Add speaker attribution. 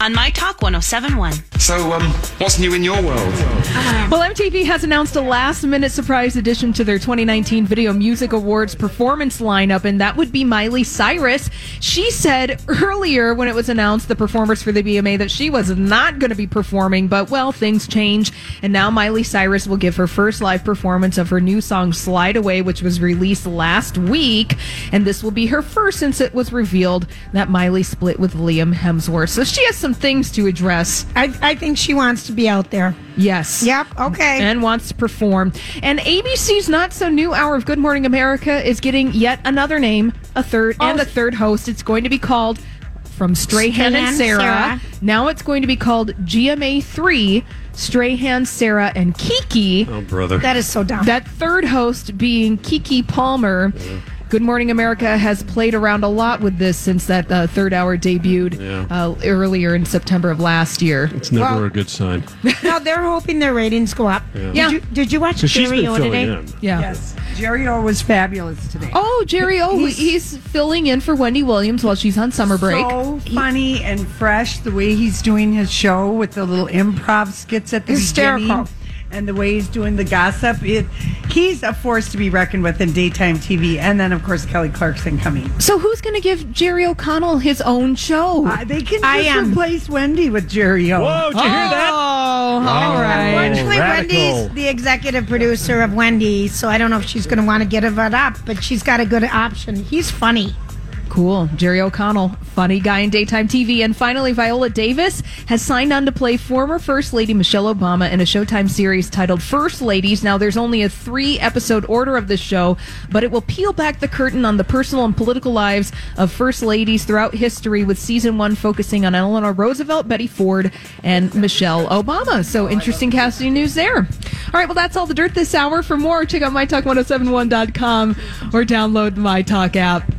Speaker 1: on My Talk 1071.
Speaker 2: So, um, what's new in your world?
Speaker 3: Well, MTV has announced a last minute surprise addition to their 2019 Video Music Awards performance lineup, and that would be Miley Cyrus. She said earlier when it was announced the performers for the BMA that she was not going to be performing, but well, things change. And now Miley Cyrus will give her first live performance of her new song Slide Away, which was released last week. And this will be her first since it was revealed that Miley split with Liam Hemsworth. So she has some things to address.
Speaker 4: I, I think she wants to be out there.
Speaker 3: Yes.
Speaker 4: Yep. Okay.
Speaker 3: and wants to perform. And ABC's not so new hour of Good Morning America is getting yet another name, a third and a third host. It's going to be called from Strahan and
Speaker 4: Strahan,
Speaker 3: Sarah.
Speaker 4: Sarah.
Speaker 3: Now it's going to be called GMA three, Strahan, Sarah, and Kiki.
Speaker 5: Oh, brother.
Speaker 4: that is so dumb.
Speaker 3: That third host being Kiki Palmer. Good Morning America has played around a lot with this since that uh, third hour debuted uh, earlier in September of last year.
Speaker 5: It's never
Speaker 4: Well-
Speaker 5: a good sign.
Speaker 4: no, they're hoping their ratings go up.
Speaker 3: Yeah.
Speaker 4: Did you, did you watch
Speaker 5: So she's
Speaker 4: Jerry
Speaker 5: been
Speaker 4: O
Speaker 5: filling
Speaker 4: today?
Speaker 5: in.
Speaker 3: Yeah.
Speaker 6: Yes, Jerry O was fabulous today.
Speaker 3: Oh, Jerry O, he's, filling in for Wendy Williams while she's on summer break.
Speaker 6: So funny and fresh the way he's doing his show with the little improv skits at the
Speaker 4: Hysterical.
Speaker 6: beginning and the way he's doing the gossip. It, he's a force to be reckoned with in daytime TV. And then, of course, Kelly Clarkson coming.
Speaker 3: so who's going to give Jerry O'Connell his own show?
Speaker 6: Uh, they can just
Speaker 4: I am-
Speaker 6: replace Wendy with Jerry O.
Speaker 5: Whoa, did you hear that?
Speaker 3: Oh, all right.
Speaker 4: Unfortunately, Wendy's the executive producer of Wendy, so I don't know if she's going to want to give it up, but she's got a good option. He's funny.
Speaker 3: Cool. Jerry O'Connell, funny guy in daytime TV. And finally, Viola Davis has signed on to play former First Lady Michelle Obama in a Showtime series titled First Ladies. Now, there's only a three episode order of this show, but it will peel back the curtain on the personal and political lives of First Ladies throughout history, with season one focusing on Eleanor Roosevelt, Betty Ford, and Michelle Obama. So, interesting casting news there. All right, well, oh that's all the dirt this hour. For more, check out mytalk1071.com or download the MyTalk app.